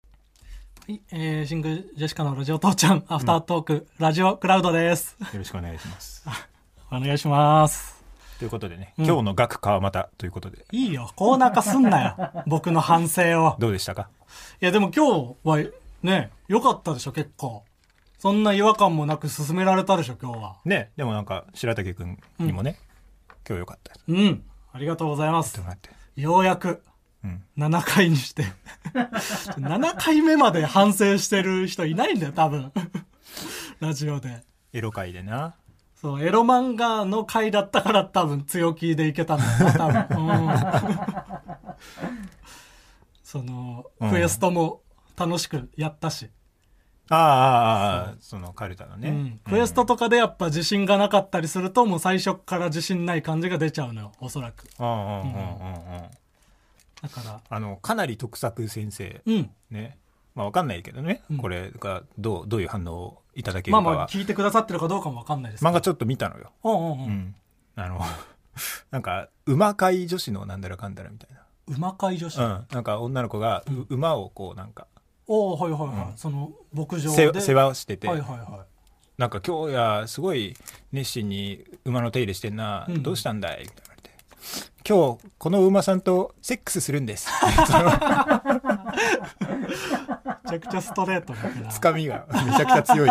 はい、えー、シングジェシカのラジオ父ちゃん、アフタートーク、ラジオクラウドです。よろしくお願いします。お願いします。ということでね、うん今日の学科はまたということで、いいよ、コーナー化すんな よ。僕の反省を。どうでしたかいや、でも今日は、ね、良かったでしょ、結構。そんな違和感もなく進められたでしょ、今日は。ね、でもなんか、白竹くんにもね、今日よかったってうん。ありがとうございますも。らって。ようやく、うん。 7回にして。7回目まで反省してる人いないんだよ、多分。ラジオで。エロ会でな。そう、エロ漫画の回だったから多分強気でいけたんだよな、多分。うん、 その、うんクエストも楽しくやったし、ああ、ああああ、そのカルタのね。うんクエストとかでやっぱ自信がなかったりすると、もう最初から自信ない感じが出ちゃうのよ、おそらく。うん。うんうんうんうんうん。だから、あの、かなり特作先生、うん。ね。まあ、わかんないけどね、うんこれがどう、どういう反応をいただけるまあかまあ、は。聞いてくださってるかどうかもわかんないですけ漫ど。画ちょっと見たのよ。うんうんう。うんん。あの、 なんか、馬飼い女子のなんだらかんだらみたいな。馬飼い女子。うん、なんか女の子がう、馬をこうなんかおおはいはいはい。うんその、牧場世で。話世話をしてて、はいはいはなんか今日やすごい熱心に馬の手入れしてんな、うんどうしたんだいみたいな言われて今日この馬さんとセックスするんです そのい。めちゃくちゃストレートだけど。つかみがめちゃくちゃ強い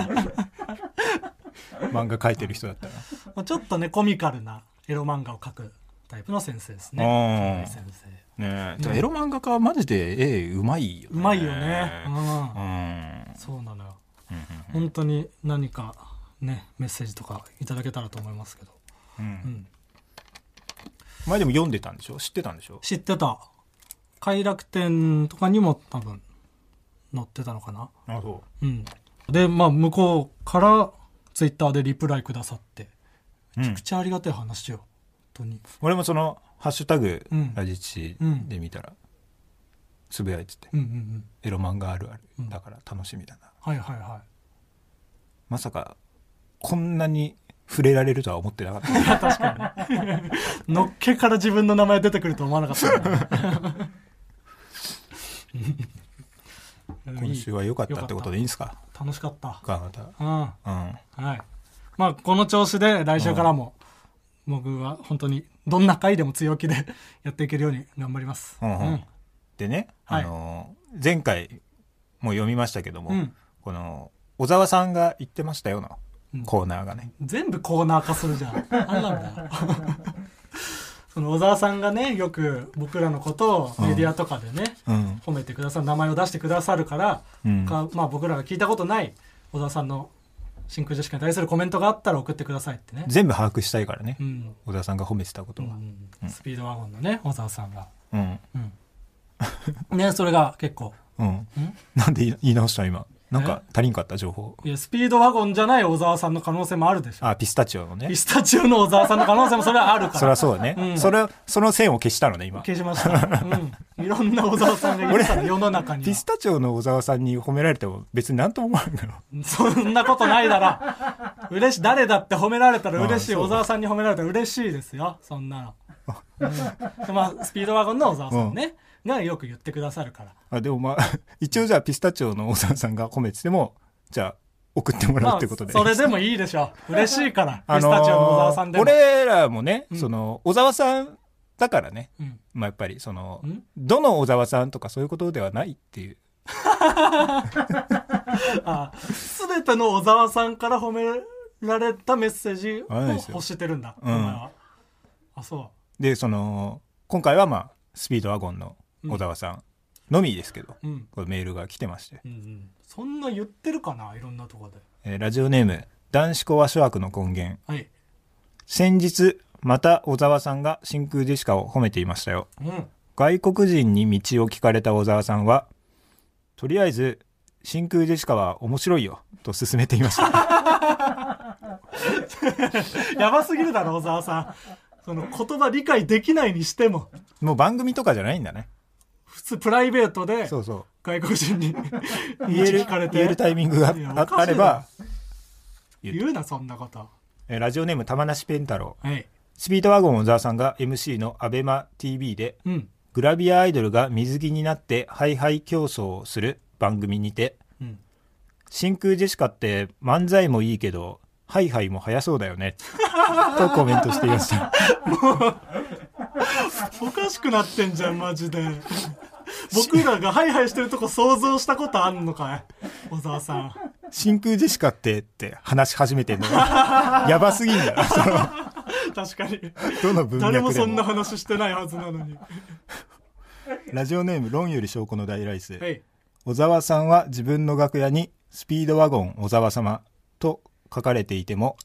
漫画描いてる人だったな、まあちょっとねコミカルなエロ漫画を描くタイプの先生ですねね先生ねえエロ漫画家はマジで絵うまいようまいよね、うんうんそうなのようん本当に何かねメッセージとかいただけたらと思いますけど、うんううんん、前でも読んでたんでしょ知ってたんでしょ知ってた快楽天とかにも多分載ってたのかなあそうんでまあ向こうからツイッターでリプライくださってう、うんめっ、ちゃありがたい話よ本当に俺もその「ハッシュタグうんラジチ」で見たらつぶやいてて、うんうんうんエロ漫画あるあるうんだから楽しみだな、はいはいはいまさかこんなに触れられるとは思ってなかったのっけから自分の名前出てくると思わなかったから今週は良かったってことでいいんですか楽しかった川端うんはうんいまあこの調子で来週からも僕は本当にどんな回でも強気で やっていけるように頑張りますうんうんでね、はいあのー前回も読みましたけども、うんこの小沢さんが言ってましたよのうんコーナーがね、全部コーナー化するじゃんあんなんだよ その小沢さんがねよく僕らのことをメディアとかでね、うん褒めてくださる名前を出してくださるから、うんかまあ、僕らが聞いたことない小沢さんの真空ジェシカに対するコメントがあったら送ってくださいってね、全部把握したいからね、うん小沢さんが褒めてたことうは、んスピードワゴンのね小沢さんが、うんうん、ねそれが結構うん、なんで言い言い直した今なんか足りんかった情報いやスピードワゴンじゃない小沢さんの可能性もあるでしょあピスタチオのねピスタチオの小沢さんの可能性もそれはあるか そりらゃそうだね、うんそれその線を消したのね今消しました、うん、いろんな小沢さんがいるから世の中にピはスタチオの小沢さんに褒められても別に何とも思わ んだろそんなことないだろ嬉しい誰だって褒められたら嬉しいあそう小沢さんに褒められたら嬉しいですよそんなの、うんまあスピードワゴンの小沢さんね、がよく言ってくださるからあでもまあ 一応じゃあピスタチオの小沢さんが褒めててもじゃあ送ってもらまうあってことで、それでもいいでしょ嬉しいから、 あピスタチオの小沢さんでも、俺らもね、うんその小沢さんだからねうんまあやっぱりそのうんどの小沢さんとかそういうことではないっていうあ全ての小沢さんから褒められたメッセージあないをですよ欲してるんだ、うんお前はあそでその今回はまあスピードワゴンの小沢さんのみですけど、ううんこのメールが来てまして、うんうんそんな言ってるかないろんなとこでえーラジオネーム男子校は諸悪の根源はい先日また小沢さんが真空ジェシカを褒めていましたようん外国人に道を聞かれた小沢さんはとりあえず真空ジェシカは面白いよと勧めていました やばすぎるだろ、小沢さん。その言葉理解できないにしても、もう番組とかじゃないんだね普通プライベートでそうそ外国人にう 言える聞かれ言えてる、タイミングがいやあおかしいなあれば言うな、そんなこと。えーラジオネーム玉梨ペン太郎はい。スピードワゴン小沢さんが MC のアベマ t v でうん。グラビアアイドルが水着になってハイハイ競争をする番組にてうん真空ジェシカって漫才もいいけど、ハイハイも早そうだよね。とコメントしていました。おかしくなってんじゃんマジで僕らがハイハイしてるとこ想像したことあんのかい小沢さん真空ジェシカってって話し始めてんの。やばすぎんだよ。 その確かにどの文脈で誰ももそんな話してないはずなのにラジオネーム論より証拠の大ライス。はい小沢さんは自分の楽屋にスピードワゴン小沢様と書かれていても、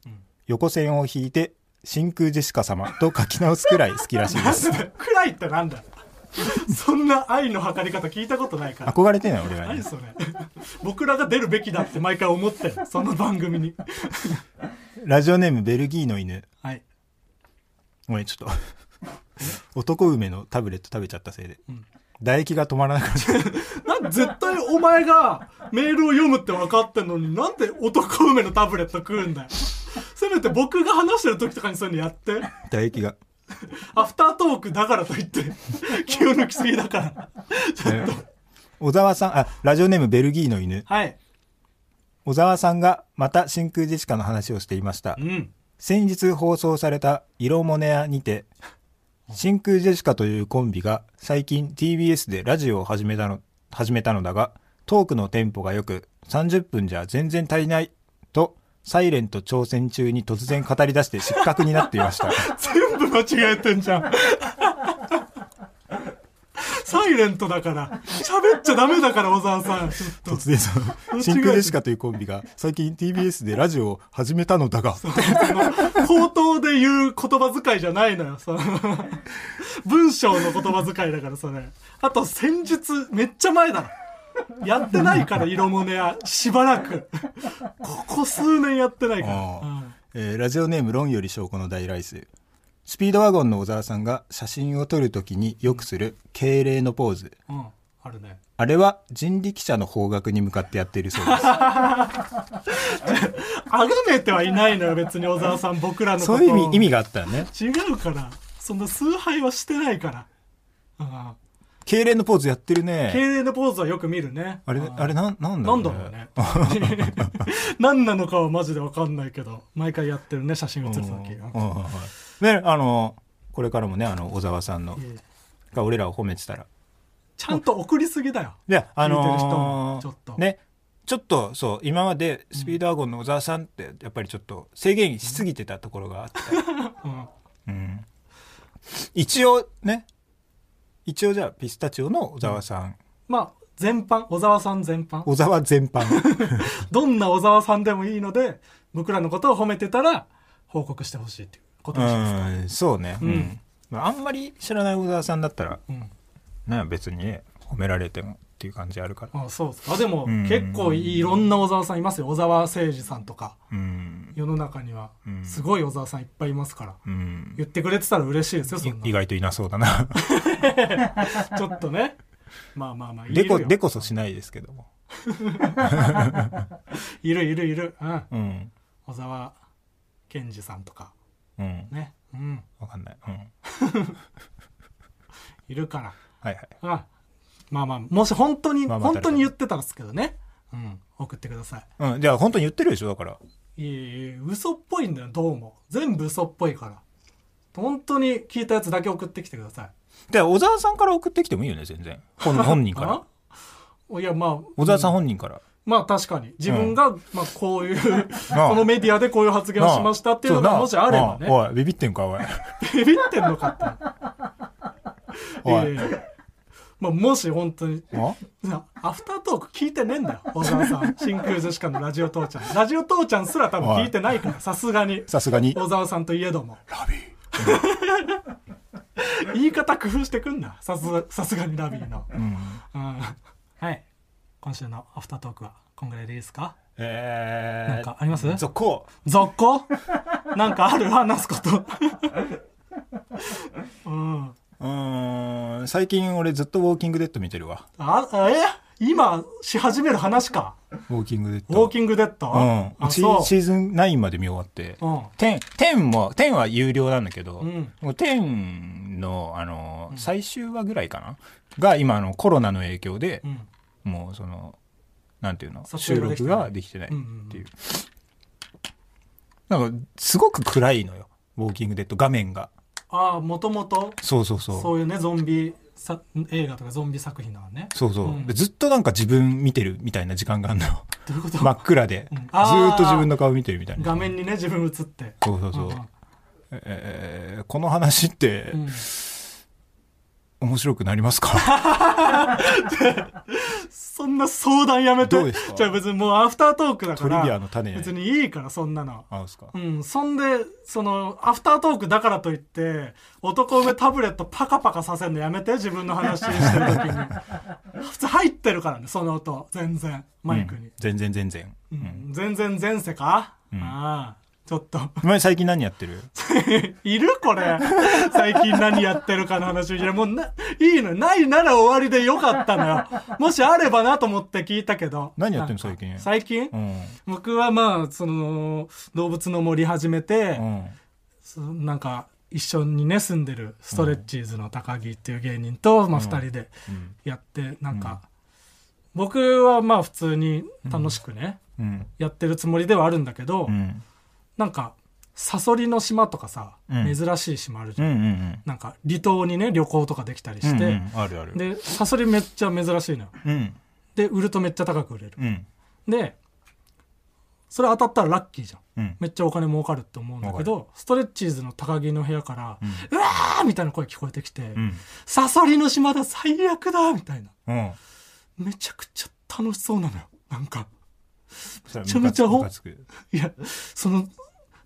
横線を引いて真空ジェシカ様と書き直すくらい好きらしいなでん す。だ暗いってなんだそんな愛の測り方聞いたことないから憧れてない俺は何ね。それ 僕らが出るべきだって毎回思ってるその番組にラジオネームベルギーの犬。はいごめん、ちょっと。 男梅のタブレット食べちゃったせいで。ん唾液が止まらなかった。なん絶対お前がメールを読むって分かってんのになんで男梅のタブレット食うんだよせめて僕が話してる時とかにそういうのやって 唾液が。アフタートークだからといって気を抜きすぎだから小沢さん、あ、ラジオネームベルギーの犬。はい小沢さんがまた真空ジェシカの話をしていましたう。ん先日放送された「色モネア」にて真空ジェシカというコンビが最近 TBS でラジオを始めたの始めたのだがトークのテンポがよく30分じゃ全然足りないとサイレント挑戦中に突然語り出して失格になっていました全部間違えてんじゃん サイレントだから喋っちゃダメだから小沢さんちょっと突然 その真空ジェシカというコンビが最近 TBS でラジオを始めたのだが口頭で言う言葉遣いじゃないのよ。その文章の言葉遣いだから、それ。あと、先日、めっちゃ前だろ。やってないから、色もねや、しばらく。ここ数年やってないから。あえーラジオネーム論より証拠の大来世スピードワゴンの小沢さんが写真を撮るときによくする敬礼のポーズうん。うん。あるね。あれは人力車の方角に向かってやっているそうです あがめてはいないのよ、別に小沢さん、僕らのことそうをいう意味意味があったよね違うから。そんな崇拝はしてないから。うん。敬礼のポーズやってる敬ね礼のポーズはよく見るね。あれうんあれなんなんだろなうんだねろうね。 何なのかはマジでわかんないけど、毎回やってるね、写真写るとき。うんうんうんうんねあのこれからもねあの小沢さんのいやいやが俺らを褒めてたらちゃんと送りすぎだよ。であ聞いてる人のもーちょっとねちょっとそう今までスピードワゴンの小沢さんってやっぱりちょっと制限しすぎてたところがあって うん。うん一応ね一応じゃあピスタチオの小沢さん、まあ、全般、小沢さん全般。小沢全般どんな小沢さんでもいいので、僕らのことを褒めてたら、報告してほしいっていうことにします。うんそうね、うんうんまあ、あんまり知らない小沢さんだったら、うん。ね、別にね褒められてもっていう感じあるからあそうですか。でも、うん結構いろんな小沢さんいますよ。小沢誠二さんとか、うん、世の中にはう。んすごい小沢さんいっぱいいますから。うん、言ってくれてたら嬉しいですよ、そんな。意外といなそうだなちょっとね。まあまあまあ、いるでよこでこそしないですけども、いるいるいる。うん。うん小沢健二さんとかうん、ね、うん、わかんない、うん、はいいるから、はいうん、まあまあもし本当に、まあまあ本当に言ってたらですけどね、うん、送ってくださうん、じゃあ本当に言ってるでしょだからいいえいえ嘘っぽいんだよどうも全部嘘っぽいから本当に聞いたやつだけ送ってきてくださじゃあ小沢さんから送ってきてもいいよね全然 本本人いからあいやまあ小沢さん本人から、まあ確かに自分が、まあ、こういう なあこのメディアでこういう発言をしましたっていうのそがなもしあればねおいおいビビってん かおいビビってんのかって。おいいやいやまあ、もし本当に。あなアフタートーク聞いてねえんだよ、小沢さ ん。真空ジェシカのラジオ父ちゃん。ラジオ父ちゃんすら多分聞いてないから、さすがに。さすがに小沢さんといえども。ラビー言い方工夫してくんな。さすが、さすがにラビーの。うんうん。はい。今週のアフタートークは、こんぐらいでいいですかえー、なんかあります続行続 行なんかある話す こと。うん。うーん最近俺ずっとウォーキングデッド見てるわあ、え今、し始める話か。ウォーキングデッウドォーキングデッドうんあ、シそう。シーズン9まで見終わって、うん。 10, 10も10は有料なんだけど、うんもう10のあの最終話ぐらいかな、が今あのコロナの影響でう、ん。もうそのなんていうの撮収影ができて録ないができてないうんうんっていう、なんかすごく暗いのよ「ウォーキングデッド」画面がああもともとそうそうそうそういうねゾンビさ映画とかゾンビ作品だからねそうそう、うんでずっとなんか自分見てるみたいな時間があるのよどういうこと、真っ暗で、うんずーっと自分の顔見てるみたいな画面にね自分映ってそうそうそう、えーこの話ってうんうん面白くなりま すかそんな相談やめてどうですかじゃあ別にもうアフタートークだかトらリビアの種別にいいからそんなの合うんすかうんそんでそのアフタートークだからといって男梅タブレットパカパカさせるのやめて自分の話してる時に 普通入ってるからねその音全然マイクにうん、全然全然、ううんん全然前世か、うんああちょっとお前最近何やってる いるこれ最近何やってるかの話いやもうないいのよないなら終わりでよかったの よもしあればなと思って聞いたけど何やってんのなんか最近最近うん、僕はまあその動物の森始めて、うん、そのなんか一緒にね住んでるストレッチーズの高木っていう芸人と、まあ、うん2人でうんやってなんか、僕はまあ普通に楽しくね、うんやってるつもりではあるんだけど、うんなんかサソリの島とかさ、うん珍しい島あるじうゃん、んうんなんか離島にね旅行とかできたりして、うんうんあるあるでサソリめっちゃ珍しいのようんで売るとめっちゃ高く売れるうんでそれ当たったらラッキーじゃんうんめっちゃお金儲かるって思うんだけどストレッチーズの高木の部屋からうん「うわー!」みたいな声聞こえてきてうん「サソリの島だ最悪だ!」みたいなうんめちゃくちゃ楽しそうなのよなんかそれめちゃめちゃほムカつくいやその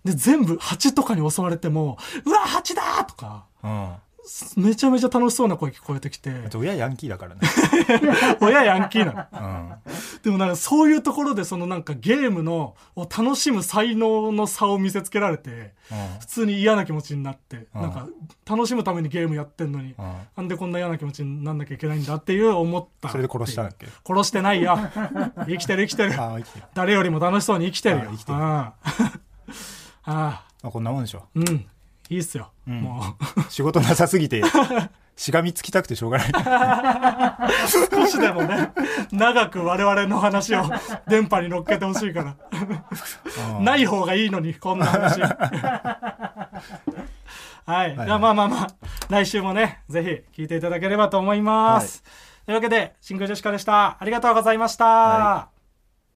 で全部蜂とかに襲われても「うわ蜂だ!」とかうんすめちゃめちゃ楽しそうな声聞こえてきてあと親ヤンキーだか らね、親ヤンキーなのうん、でもなんかそういうところでそのなんかゲームのを楽しむ才能の差を見せつけられて普通に嫌な気持ちになってうんなんか楽しむためにゲームやってんのにうんうんなんでこんな嫌な気持ちになんなきゃいけないんだっていう思ったそれで殺したんだっけ殺してない よ生きてる生きてるああ生きてる誰よりも楽しそうに生きてるよあ生きてるうんあ ああこんなもんでしょうんいいっすよ、んも仕事なさすぎ てしがみつきたくてしょうがないう少しでもね長く我々の話を電波に乗っけてほしいからうんない方がいいのにこんな話はい、はいじゃあまあまあまあ来週もねぜひ聞いていただければと思います、というわけで真空ジェシカでしたありがとうございました、は